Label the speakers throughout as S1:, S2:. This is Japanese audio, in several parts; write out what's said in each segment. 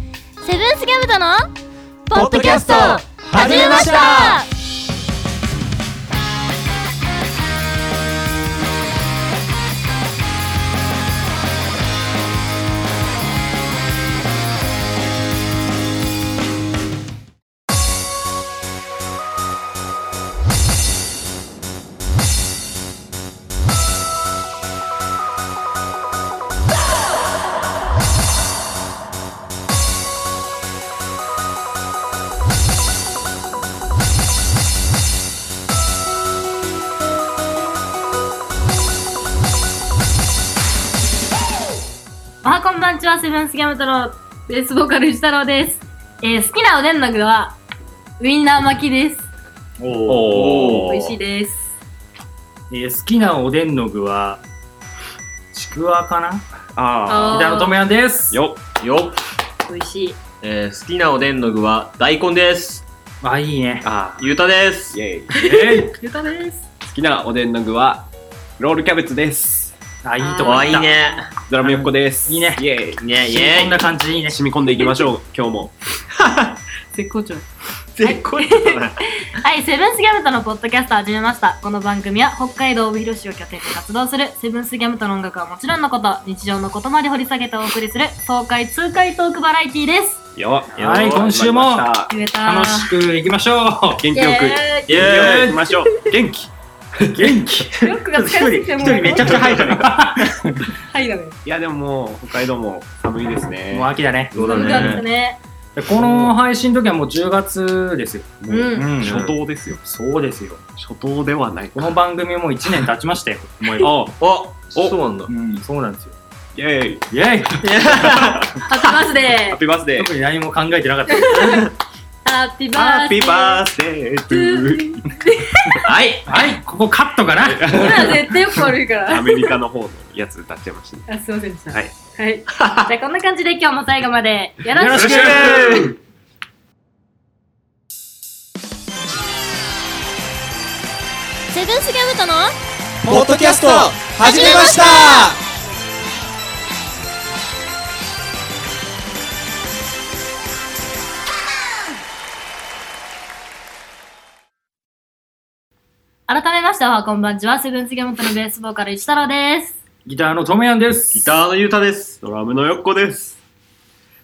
S1: ルースギャムとの
S2: ポッドキャスト始めました
S3: おはこんばんちは、セブンスギャム太郎、ベースボーカル、ゆ太郎です。えー、好きなおでんの具は、ウインナー巻きです。
S2: お
S3: 美
S2: お
S3: 味しいです。
S2: えー好きなおでんの具はちくわかな
S4: あ
S3: あー
S2: 板野智也です
S4: よっよっ、
S3: 美味しい。
S4: えー、好きなおでんの具は大根です
S2: あいいね
S4: あゆうたですイエイ
S2: え
S3: ゆたです。
S4: 好きなおでんの具はロールキャベツです
S2: ー、あいいとこ
S4: わい
S2: 行っ
S4: い
S2: た
S4: ね
S5: ドラム横です。
S2: いいね
S5: イエイ。
S4: いいねイエ
S2: こんな
S4: イ
S2: 感じでいいね
S5: 染み込んでいきましょう、 今日も。
S3: 絶好調。
S4: 絶好調だな
S3: はい、セブンスギャムとのポッドキャストを始めました。この番組は、北海道帯広市を拠点に活動する、セブンスギャムとの音楽はもちろんのこと、日常のことまで掘り下げてお送りする、爽快痛快トークバラエティです。
S5: よ
S2: はい今週も
S5: 始まりました
S3: ゆえたー。
S2: 楽しくいきましょ
S5: 元
S2: う
S5: 気よ
S4: イ
S5: く。元気よく
S4: エ
S5: いきましょう。元気。
S2: 元気
S3: く。ロックが疲れてきてもう、
S5: めちゃくちゃ早いじゃないか。
S3: はいだね。
S5: いや、でももう、北海道も寒いです
S2: もう
S5: ね。
S2: 秋だね
S4: イそう
S3: そう
S4: だ
S3: です
S4: ね
S3: ね。
S2: でこの配信の時はもう10月ですよ、
S3: うん。
S2: ん
S5: 初冬ですよ。
S2: そうですよ
S5: 初冬ではない
S2: こ。の番組もう1年経ちましたよ思えば
S5: お
S4: おそうなんだ
S5: うん。
S2: そうなんですよ
S5: イエイ。
S2: イエイ
S3: ハッピーバース
S5: ハ
S3: デ
S5: ッピーバースデー
S2: 特。に何も考えてなかった
S3: ー。ハッピーバ
S5: ハ
S3: ー
S5: ッ
S3: スデ
S5: ピ
S3: ー。
S5: ーバースデートゥー。
S4: はい
S2: はいここカットかな
S3: 今絶対よく悪い から。
S5: アメリカの方のやつ歌っちゃいましたね。
S3: あ、すいませんでした。
S5: はい。
S3: はい。じゃあこんな感じで今日も最後までよ
S2: よろ
S3: ろし
S2: し
S3: く
S2: く
S5: よろし
S1: セブンスギャムとの
S6: ポッドキャスト始めました
S3: 改めましては、こんばんちは、セブンスギャムトのベースボーカル、一太郎です。
S2: ギターのトメヤンです
S4: ギターのゆうたです
S5: ドラムのよっこです。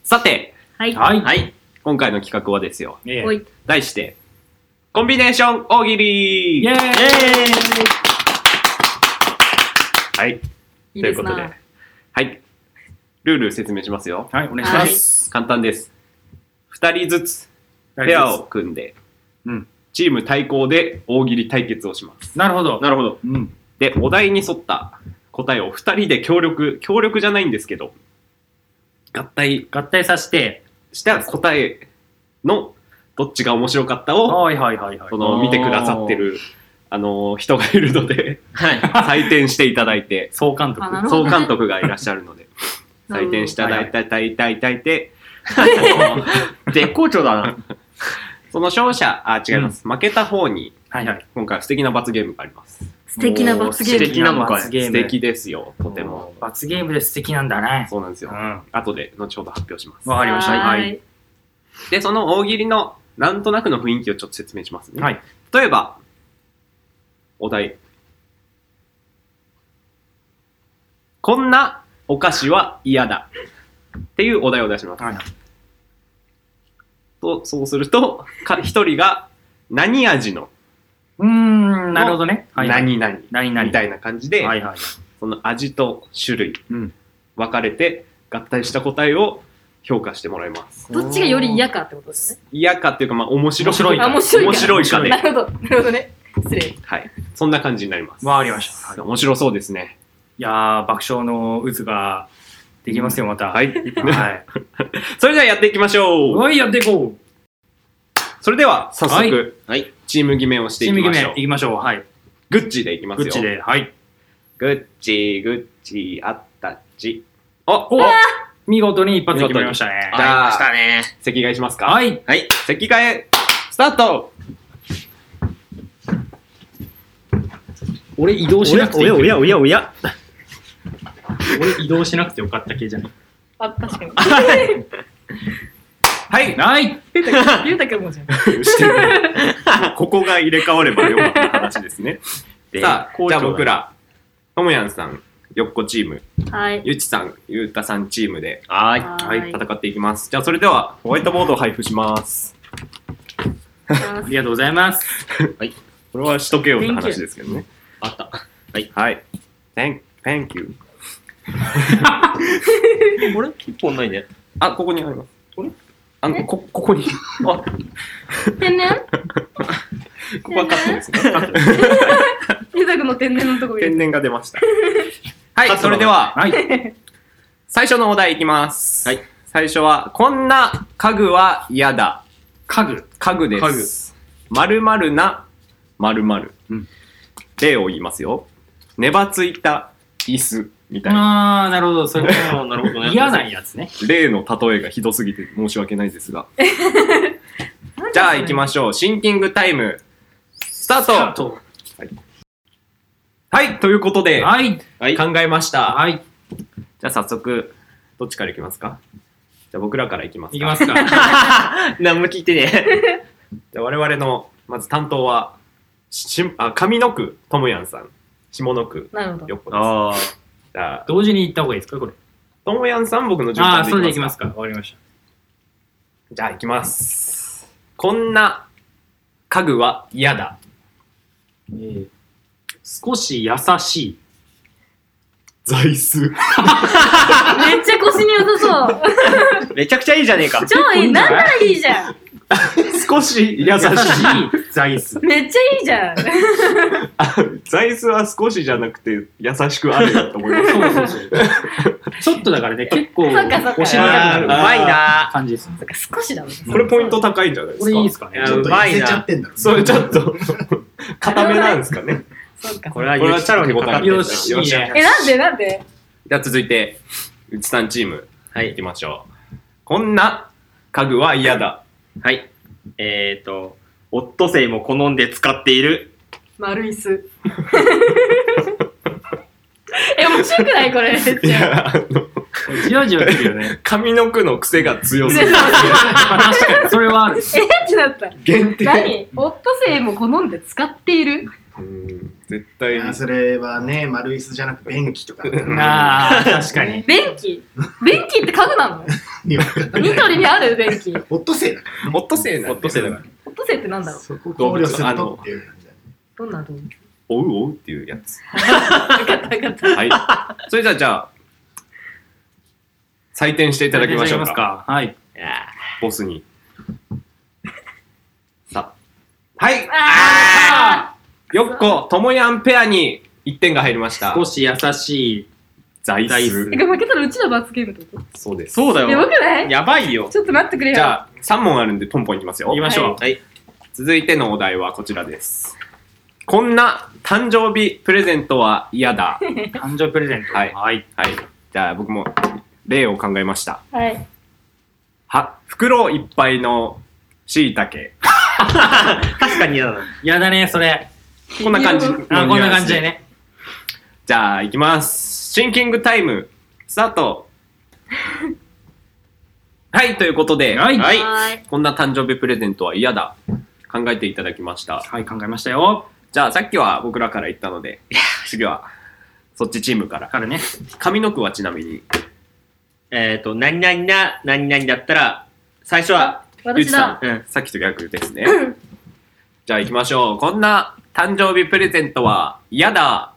S5: さて、
S3: はい。
S2: はい、
S4: はい
S5: 今回の企画はですよ。
S2: ええ
S3: おい。
S5: 題して、コンビネーション大喜利
S2: イエーイ
S5: はい。
S3: いい
S5: とい
S3: で
S5: う
S3: す
S5: ことで
S3: な。、
S5: はい。ルール説明しますよ。
S2: はいお願いします、
S5: 簡単です。2人ずつペアを組んで、
S2: うん
S5: チーム対抗で大喜利対決をします。
S2: なるほど
S5: なるほど。
S2: うん
S5: で、お題に沿った答えを2人で協力、協力じゃないんですけど、合体
S2: 合体させて
S5: した答えのどっちが面白かったを、
S2: はいはいはいはい
S5: その見てくださってる、あの、人がいるの で、
S4: はい
S5: 採点していただいて、
S2: 総監督
S3: あなるほど
S5: 総
S3: ね
S5: 監督がいらっしゃるので、
S3: なるほ
S5: 採
S3: ど
S5: 点していただいたいたいたいたいて、
S4: 絶好調だな
S5: その勝者、あ、違います。負けた方に、
S2: はいはい
S5: 今回は素敵な罰ゲームがあります。
S3: 素敵な罰ゲ
S4: 素
S3: ーム。
S4: 敵なのかい
S2: 罰ゲー
S5: 素
S2: ム
S5: 敵ですよ、とても。
S2: 罰ゲームで素敵なんだね
S5: そうなんです
S2: う
S5: よ。
S2: ん
S5: 後で、後ほど発表します。
S2: わかりました
S3: は
S2: はい
S3: い。
S5: で、その大喜利の、なんとなくの雰囲気をちょっと説明しますね。
S2: はい
S5: 例えば、お題。こんなお菓子は嫌だ。っていうお題を出します。
S2: はい
S5: と、そうすると、か一人が、何味の
S2: うーんなるほどねはいは
S5: 何
S2: い
S5: 々
S2: 何々
S5: みたいな感じで、
S2: はいはい
S5: その味と種類、
S2: うん
S5: 分かれて合体した答えを評価してもらいます。
S3: どっちがより嫌かってことですね。
S5: 嫌かっていうか、まあ、面白
S2: 面白い
S3: あ面白いか
S5: 面白いかで、
S3: なるほど。なるほどね。失礼。
S5: はい。そんな感じになります。
S2: わかりましたはい
S5: 面白そうですね。
S2: いやー爆笑の渦ができますよまた
S5: はい。
S2: はい
S5: それではやっていきましょう。
S2: はいやっていこう
S5: それでは、早速、
S4: はい
S5: チーム決めをしてい
S2: チー
S5: き
S2: ム
S5: ま
S2: 決
S5: しょ
S2: め
S5: う
S2: い。きましょうはい
S5: グッチでいきます
S2: グ
S5: よ。
S2: ッチ。ではい
S5: グッチ、グッチ、あったち。あ、お
S2: 見事に一発で決まりましたね
S5: 見事に
S4: ありましたね
S5: 席替えしますか。
S2: はいい
S4: はい
S5: 席替え、スタート
S2: 俺移動しなくていい
S5: やおやおや。
S2: 俺移動しなくてよかった系じゃない
S3: あ、確かに。
S5: はい
S2: ない
S3: ゆうたくんもじゃん。
S5: してる ここが入れ替わればよかった話ですね。さあ、じゃあ僕ら、ともやんさん、よっこチーム、
S3: はい。
S5: ゆちさん、ゆうたさんチームで、
S2: はーい
S5: は
S3: はい
S5: い、戦っていきます。じゃあ、それでは、ホワイトボードを配布します。
S2: ありがとうございます
S5: これはしとけよって話ですけどね。
S2: あった
S5: はい。Thank, thank you.
S7: これ一本ないね。
S5: あ、ここにあります。これあの、こ、ここに。あ、
S3: 天然
S5: ここはカットですね。
S3: ゆうたくんの天然のとこ入れて
S5: 天然が出ました。 はい、それでは、
S2: はい
S5: 最初のお題いきます。
S7: はい。
S5: 最初は、こんな家具は嫌だ。
S2: 家具
S5: 家具です。まるまるな、まるまる
S2: うん。
S5: 例を言いますよ。ねばついた椅子みたいな。
S2: ああなるほどそれ
S7: ああ、なるほどね。
S2: 嫌なやつね
S5: 例の例えがひどすぎて申し訳 ないですが。じゃあ行きましょう。シンキングタイム、スタート
S2: あと
S5: はい、ということで、
S2: はい
S7: はい。
S5: 考えました。
S2: はい
S5: じゃあ早速、どっちからいきますかじゃあ僕らからいきますか。
S2: いきます か
S7: 何も聞いてね。
S5: じゃあ我々の、まず担当は、ししあ上の区、ともやんさん。下の区、
S3: なるほど。
S5: よっこです。
S7: ああ。
S5: じゃあ、
S2: 同時に行った方がいいですかこれ
S5: ともやんさん、僕の順
S2: あ
S5: 番
S2: あー
S5: で
S2: それで
S5: い
S2: い
S5: き
S2: き
S5: ま
S2: ますす
S5: か。
S2: かわかりまし
S5: じゃあ行きます。こんな家具は嫌だ。
S2: た、えー、少し優しい
S5: 座椅子。
S3: めっちゃ腰に良さそう。
S7: めちゃくちゃいいじゃねえか。
S3: 超いい。なんならいいじゃん。
S5: 少し優しい
S2: 優しい。座椅子
S3: めっちゃいいじゃん。
S5: 座椅子は少しじゃなくて優しくあるよと思います。
S2: そうそうそうちょっとだからね結構
S3: そっかそっか
S2: お尻が
S7: あーう
S2: なる
S7: まいな
S2: 感じですね
S3: そっか少しだもん。
S5: これポイント高いんじゃないです
S2: こ
S5: か。
S2: れいいですかね
S7: いやうまいな。
S5: それちょっと固めなんですかね。
S3: そうか。
S7: これは
S5: これは
S7: チャロにかかってる
S2: よ
S7: な
S2: しいいね
S3: え、なんでなんで
S5: じゃあ続いてうちさんチーム
S7: はい
S5: 行きましょう。こんな家具は嫌だ。
S7: はい。えっ、ー、と、オットセイも好んで使っている。
S3: 丸椅子。 え、面白くないこれ。めっ
S5: い
S3: ちゃ。
S5: やあの
S2: じわじわくるよね
S5: 上の句の癖が強すぎる。
S2: まあ確かにそれはある
S3: えってなった。
S5: 限定。
S3: 何オットセイも好んで使っている
S5: うん絶対
S8: いやそれはね、丸椅子じゃなく便器とか。
S2: あー確かに
S3: 便器便器って家具なの
S8: にわかんない
S3: ニトリにある便器。
S8: オットセイだか
S5: オットセイなんで
S7: オットセイだから
S3: オットセイってなんだ
S8: ら。
S3: ろう
S8: そこ考慮するとっていう感じだね。
S3: どんな動物
S5: 追う追うっていうやつ。
S3: 分かった分かった。
S5: はい。それじゃあじゃあ採点してい
S2: い
S5: ただきましょうか。
S2: かはい
S7: いや
S5: ボス に。さあ。はい
S3: あ
S5: よっこ、ともやんペアに1点が入りました。
S2: 少し優しい
S5: 座椅
S2: 座椅
S3: ーえ、負けたらうちら罰ゲームってこ
S5: そうで
S7: ー
S5: す。
S7: そうだ
S3: とやば
S7: よ。
S3: くない
S7: やばいよ。
S3: ちょっと待ってくれよ。
S5: じゃあ、3問あるんでポンポンいきますよ。
S2: 行きましょう、
S7: はい。
S5: 続いてのお題はこちらです。こんな誕生日プレゼントは嫌 だ。
S2: 誕生日プレゼント
S5: はい
S2: はい、
S5: はい。じゃあ僕も例を考えました。
S3: はい。
S5: は、袋いっぱいの椎茸。
S7: 確かに嫌 だな。
S2: やだねそれ
S5: こんな感じ
S3: あ
S5: の
S3: こん
S2: あこんな感じで
S5: ニュアンス
S2: ね
S5: じゃあ、いきます。シンキングタイム、スタート。 はい、ということで、
S2: はい
S7: はい。
S3: はい。
S5: こんな誕生日プレゼントは嫌だ。考えていただきました。
S2: はい考えましたよ
S5: じゃあ、さっきは僕らから言ったので、次は、そっちチームから。
S2: からね
S5: 上の句はちなみに、
S7: えっ、ー、と、何々な、何々だったら、最初は、
S5: ゆち
S3: 私
S5: さ
S3: だ。
S7: うん。
S5: ん、さっきと逆です ね。じゃあ行きましょう。こんな誕生日プレゼントは嫌だ。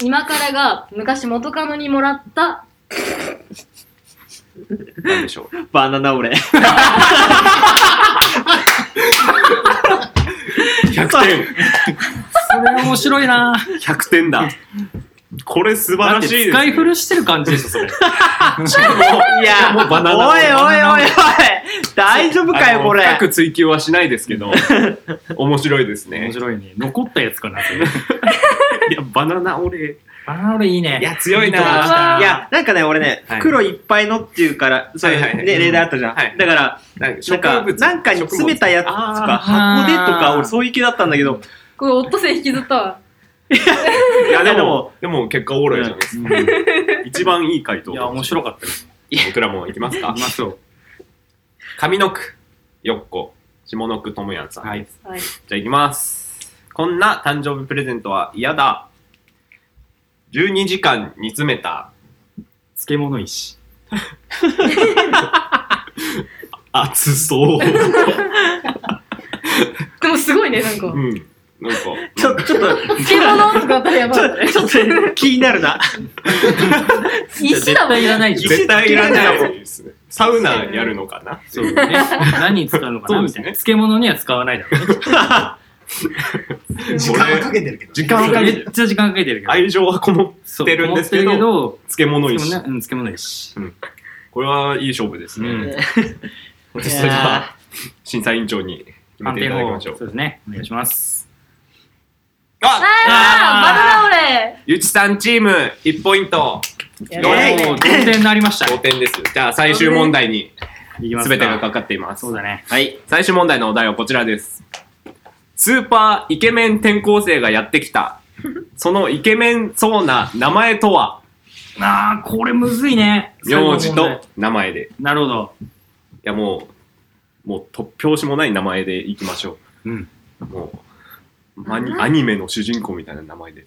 S3: 今からが昔元カノにもらった。
S5: なんでしょう。
S7: バナナ俺。
S5: 100点
S2: それ面白いな
S5: !100 点だ。これ素晴らしいです、
S2: 使い古してる感じですそれ
S7: いや、
S5: もうバナナ
S7: お
S5: 俺
S7: いおいおいおい。大丈夫かよ、これ
S5: あ。の深く追求はしないですけど、面白いですね
S2: 面。白いね残ったやつかない
S5: や、バナナ俺。
S2: バナナ俺いいね
S5: いや、強い
S2: いいとこ
S5: な
S7: あーいや、なんかね、俺ね、
S5: はい
S7: 袋いっぱいのっていうから、そういう、
S5: はいはいはい
S7: ね、例題あったじゃん。
S5: はい
S7: だから、
S5: なんか
S7: なんか、なんかに詰めたやつとか、
S2: あー
S7: 箱でとか、俺そういう気だったんだけど、
S3: これオットセイ引きずったわ。
S5: いや、で
S7: で
S5: も
S7: も、
S5: でも結果オーライじゃないですか。一番いい回答。
S2: いや面白かったです
S5: 僕らも行きますか
S2: いきましょう
S5: 上の句、よっこ、下の句、ともやんさん。
S4: はい。
S3: はい。
S5: じゃあ行きます。こんな誕生日プレゼントは嫌だ。12時間煮詰めた。
S2: 漬物石。
S5: 熱 そう。
S9: でもすごいね、なんか
S5: う。ん。なんか、
S7: ちょ、ちょっと、
S9: 漬物とかあったらやばいよね。
S7: ちょっと気になるな。
S3: 石だもん
S2: いらないじゃん。
S5: 絶対いらないですね。サウナやるのかな
S2: そうね。何に使うのかなみた
S5: そう
S2: いな。
S5: で
S2: 漬物には使わないだろうね。
S8: 時間はかけてるけどね。
S5: 時間はか
S2: め
S5: けてる
S2: っちゃ時間かけてるけど。
S5: 愛情はこも
S2: そ
S5: っ
S2: う
S5: てるんですけど
S2: 思ってるど
S5: 漬物
S2: 漬
S5: 石
S2: 物。ねうん漬物石。
S5: これはいい勝負ですね。
S2: うん
S5: それでは、審査委員長に決め
S2: 判
S5: てい
S2: 定
S5: ただきま
S2: の方、
S5: し
S2: そ
S5: ょ
S2: う
S5: う。
S2: ですね。お願いします。
S5: あ
S9: ああ、まだだ俺。
S5: ゆちさんチーム1ポイント。
S9: や
S2: お
S9: ばい
S2: ー同点になりました。
S5: 同点です。じゃあ最終問題に
S2: いきます
S5: 全てがかかっています。
S2: そうだね。
S7: はい。
S5: 最終問題のお題はこちらです。スーパーイケメン転校生がやってき た。そのイケメンそうな名前とは
S2: ああ、これむずいね。
S5: 名字
S2: 最後の問
S5: と
S2: 題。
S5: 名前で。い
S2: なるほど。
S5: やもう、もう突拍子もない名前でいきましょ
S2: うん。
S5: う。もう、マニアニメの主人公みたいな名前で。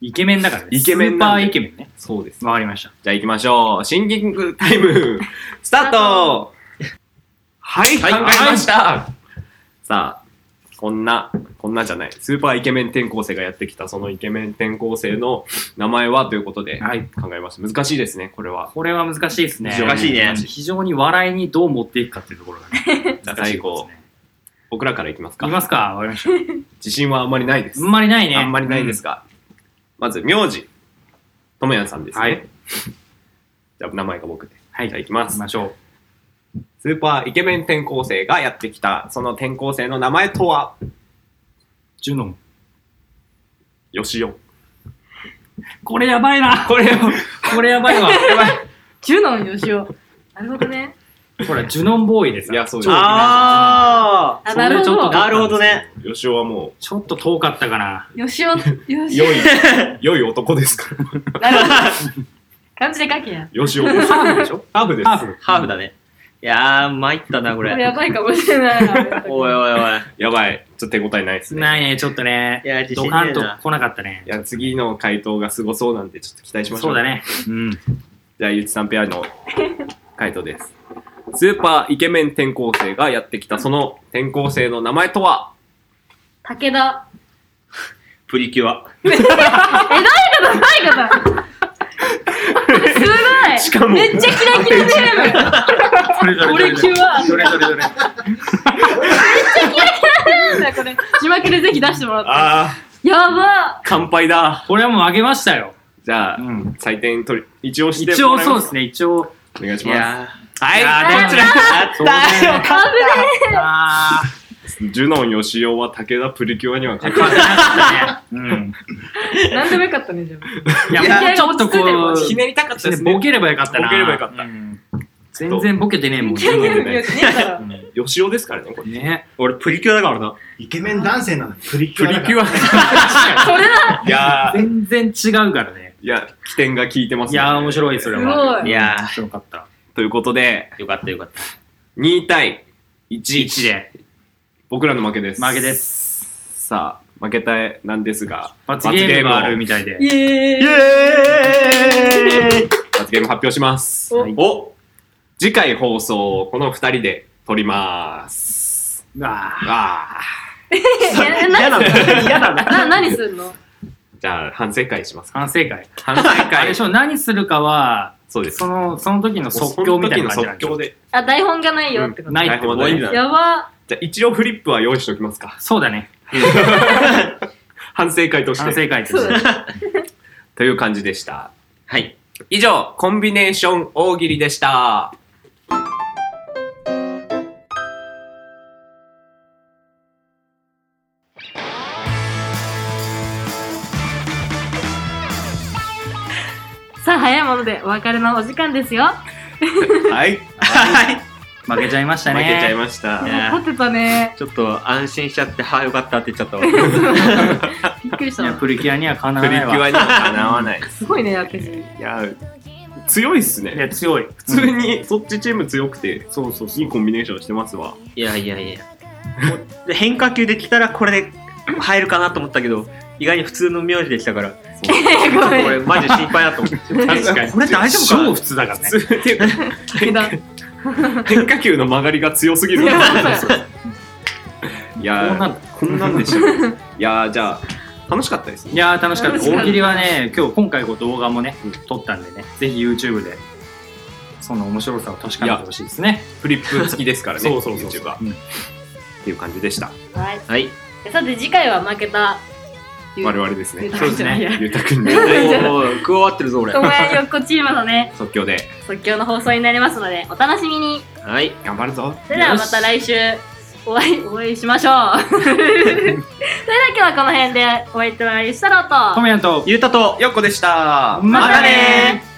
S2: イケメンだからね。
S5: イケメン
S2: スーパ
S5: なんで
S2: ーイケメンね。
S5: そうです。
S2: わかりました。
S5: じゃあ行きましょう。シンキングタイ ム、スタートはい、考
S7: はい
S5: えましたさあ、こんな、こんなじゃない。スーパーイケメン転校生がやってきた、そのイケメン転校生の名前はということで
S2: はい。
S5: 考えました。難しいですね、これは。
S2: これは難しいですね。
S7: 難しいね
S2: 非常に笑いにどう持っていくかっていうところがね。
S5: じゃあ最後、僕らからいきます
S2: い
S5: か。
S2: きますか。わかりました。
S5: 自信はあんまりないです。
S2: あんまりないね。
S5: あんまりないですが。まず、名字。ともやんさんですね。
S2: はい
S5: じゃあ、名前が僕で。
S2: はい
S5: じゃあ、いきま
S2: 行
S5: す
S2: き。ましょう。
S5: スーパーイケメン転校生がやってきた、その転校生の名前とは、
S2: ジュノン。
S5: よしお。
S2: これやばいな。これ、これやばいわ。
S9: ジュノンよしお。なるほどね。
S2: ほら、ジュノンボーイでさ。
S5: いやそうです
S2: 超イケメンじゃん
S7: あ
S9: あ、なるほ
S2: それちょっ
S9: ど
S7: あ。。なるほどね。
S5: よしおはも
S2: ちょっと遠かったかな。
S9: よしお、よ
S5: う、
S9: しお
S5: 良 い、良い男ですから。
S9: なるほど。漢字で書けや。
S5: よしお。ハーフでしょハーフです。
S2: ハーフ。
S7: ハーフだね。いやー、参ったな、こ
S9: これ
S7: れ。
S9: やばいかもしれないな。
S7: おいおいおい。
S5: やばい。ちょっと手応えないですね。
S2: ないね、ちょっとね
S7: い。や、自
S2: ド
S7: 信
S2: カ
S7: ね
S2: ン
S7: え
S2: と
S7: な。
S2: 来なかったね
S5: い。や、次の回答がすごそうなんで、ちょっと期待しましょう。
S2: そうだ。ね。うん。
S5: じゃあ、ゆちさんペア の回答です。スーパーイケメン転校生がやってきた、その転校生の名前とは、
S9: 武田。
S7: プリキュア。
S9: え、ないかな、ないかな。すごい。
S5: しかも
S9: めっちゃキラキラネーム。
S2: それぞ
S9: これ
S2: れ
S9: キュア。
S2: どれどれどれ。
S9: なんだこれ字幕でぜひ出してもらって。
S5: あー、
S9: やば。
S5: 乾杯だ。
S2: これはもうあげましたよ。
S5: じゃあ、
S2: うん
S5: 採点取り、一応して
S2: 一
S5: も
S2: 応
S5: らえ
S2: そう
S5: ま
S2: ですね、一応。
S5: お願いし
S7: い
S5: ま
S7: や
S5: す。はい。
S2: ー
S5: どちら
S7: ー、
S2: そうね。
S9: 危ね
S2: あー
S5: ジュノン・ヨシオは武田プリキュアには勝て
S2: 変
S5: な
S2: わ
S5: い
S2: ってなかったね。うん。
S9: え。なんでもよかったね、じゃあ。
S2: いや、もうちょっとこう、
S5: ひねりたかったですね
S2: ボケればよかったな。
S5: ボケればよかった
S2: うん 全然ボケてねえもん。
S9: キラキラネーム
S5: ね
S9: よくねえだろ。
S5: ヨシオですからね、これ。
S2: ね。
S7: 俺プリキュアだからな。
S8: イケメン男性なのにプリキ
S5: プ
S8: ュア
S5: リ
S8: だから。
S5: キュア。
S9: それだ。
S5: いやー、
S2: 全然違うからね。
S5: いや、起点が効いてます
S2: い
S5: ね。
S2: やー、面白い、そ
S9: す
S2: れは。
S9: ご
S7: い
S9: い。
S7: や
S2: 面白かった。
S5: ということで、
S7: ー、よかったよかった。
S5: 2対1。
S2: 1で。
S5: 僕らの負けです。。
S2: 負けです
S5: さあ、負けたなんですが、
S2: 罰ゲームがあるみたいで。
S9: イエーイ。
S5: 罰ゲーム発表します。
S9: お
S5: はいお次回放送をこの2人で撮ります。
S2: うわー
S5: ああ。
S9: えな
S7: だな。嫌だな。
S9: な何すんの
S5: じゃあ、反省会しますか。
S2: 反省会。
S5: 反省
S2: あれで
S5: 会
S2: し。ょ、何するかは、
S5: そうです。
S2: その、その時の即興みたいな
S5: その
S2: 感じな
S5: 時の
S2: んで
S5: 即
S2: し
S5: 興
S2: ょ。
S5: で。
S9: あ、台本がないよってこと。
S2: ないってこと
S5: な
S2: ね
S5: い
S9: やば。
S5: じゃあ、一応フリップは用意しておきます か。
S2: そうだね。
S5: 反省会とし
S2: 反
S5: て。
S2: 省会と
S9: そう
S2: して。
S9: だね。
S5: という感じでした。
S7: はい。
S5: 以上、コンビネーション大喜利でした。
S9: さあ、早いものでお別れのお時間ですよ。
S5: はい。
S7: はい。
S2: 負けちゃいました
S5: 負けちゃい
S2: ね。
S5: ました。
S7: やー
S9: 勝てたね。
S7: ちょっと安心しちゃって、はあ、よかったって言っちゃったわ。
S9: びっくりし
S2: い
S9: た
S2: や、
S9: わ。
S2: プリキュアにはかな
S5: プ
S2: わ
S5: リキ
S2: ない
S5: ュ
S2: わ。
S5: アにはかなわないです。
S9: すごいね、私。
S5: いやー、強いっす
S2: い
S5: ね。
S2: や、強い。
S5: 普通にそっちチーム強くて、そうそういいコンビネーションしてます わ。
S7: いやいやいや。で変化球できたらこれで入るかなと思ったけど、意外に普通の名字でしたから、ちょっとこれマジ心配だと思って。
S5: 確 かに
S7: これ大丈夫かな
S2: 超普通だからね。
S5: 普通っていうか
S9: けど
S5: 変化球の曲がりが強すぎる。いや
S2: こう
S5: ー
S2: なる
S5: こんなんでしたね。 いやーじゃあ楽しかったですね。
S2: いやー楽しかった。
S9: 楽しかった
S2: 大喜利はね、今日今回こう動画もね、撮ったんでね、ぜひ YouTube で、その面白さを確かめてほしいですね。
S5: フリップ付きですからね。
S2: そうそうそうそう
S5: YouTube はっていう感じでした。
S3: はい
S7: はい。
S3: で さて次回は負けたゆ
S5: 我々ですね
S3: ゆうたくんじゃないや
S5: ゆうたくんで
S7: おー加わってるぞ俺。
S3: とも
S7: は
S3: やよっこチームの ね
S5: 即興で
S3: 即興の放送になりますのでお楽しみに
S7: い。
S5: 頑張るぞ。
S3: それではまた来週お会いお会いしましょう それでは今日はこの辺でお会いいたいしたろうと
S2: コメント
S7: ゆうたと
S5: よっこでした。
S2: ま
S3: たね
S7: ー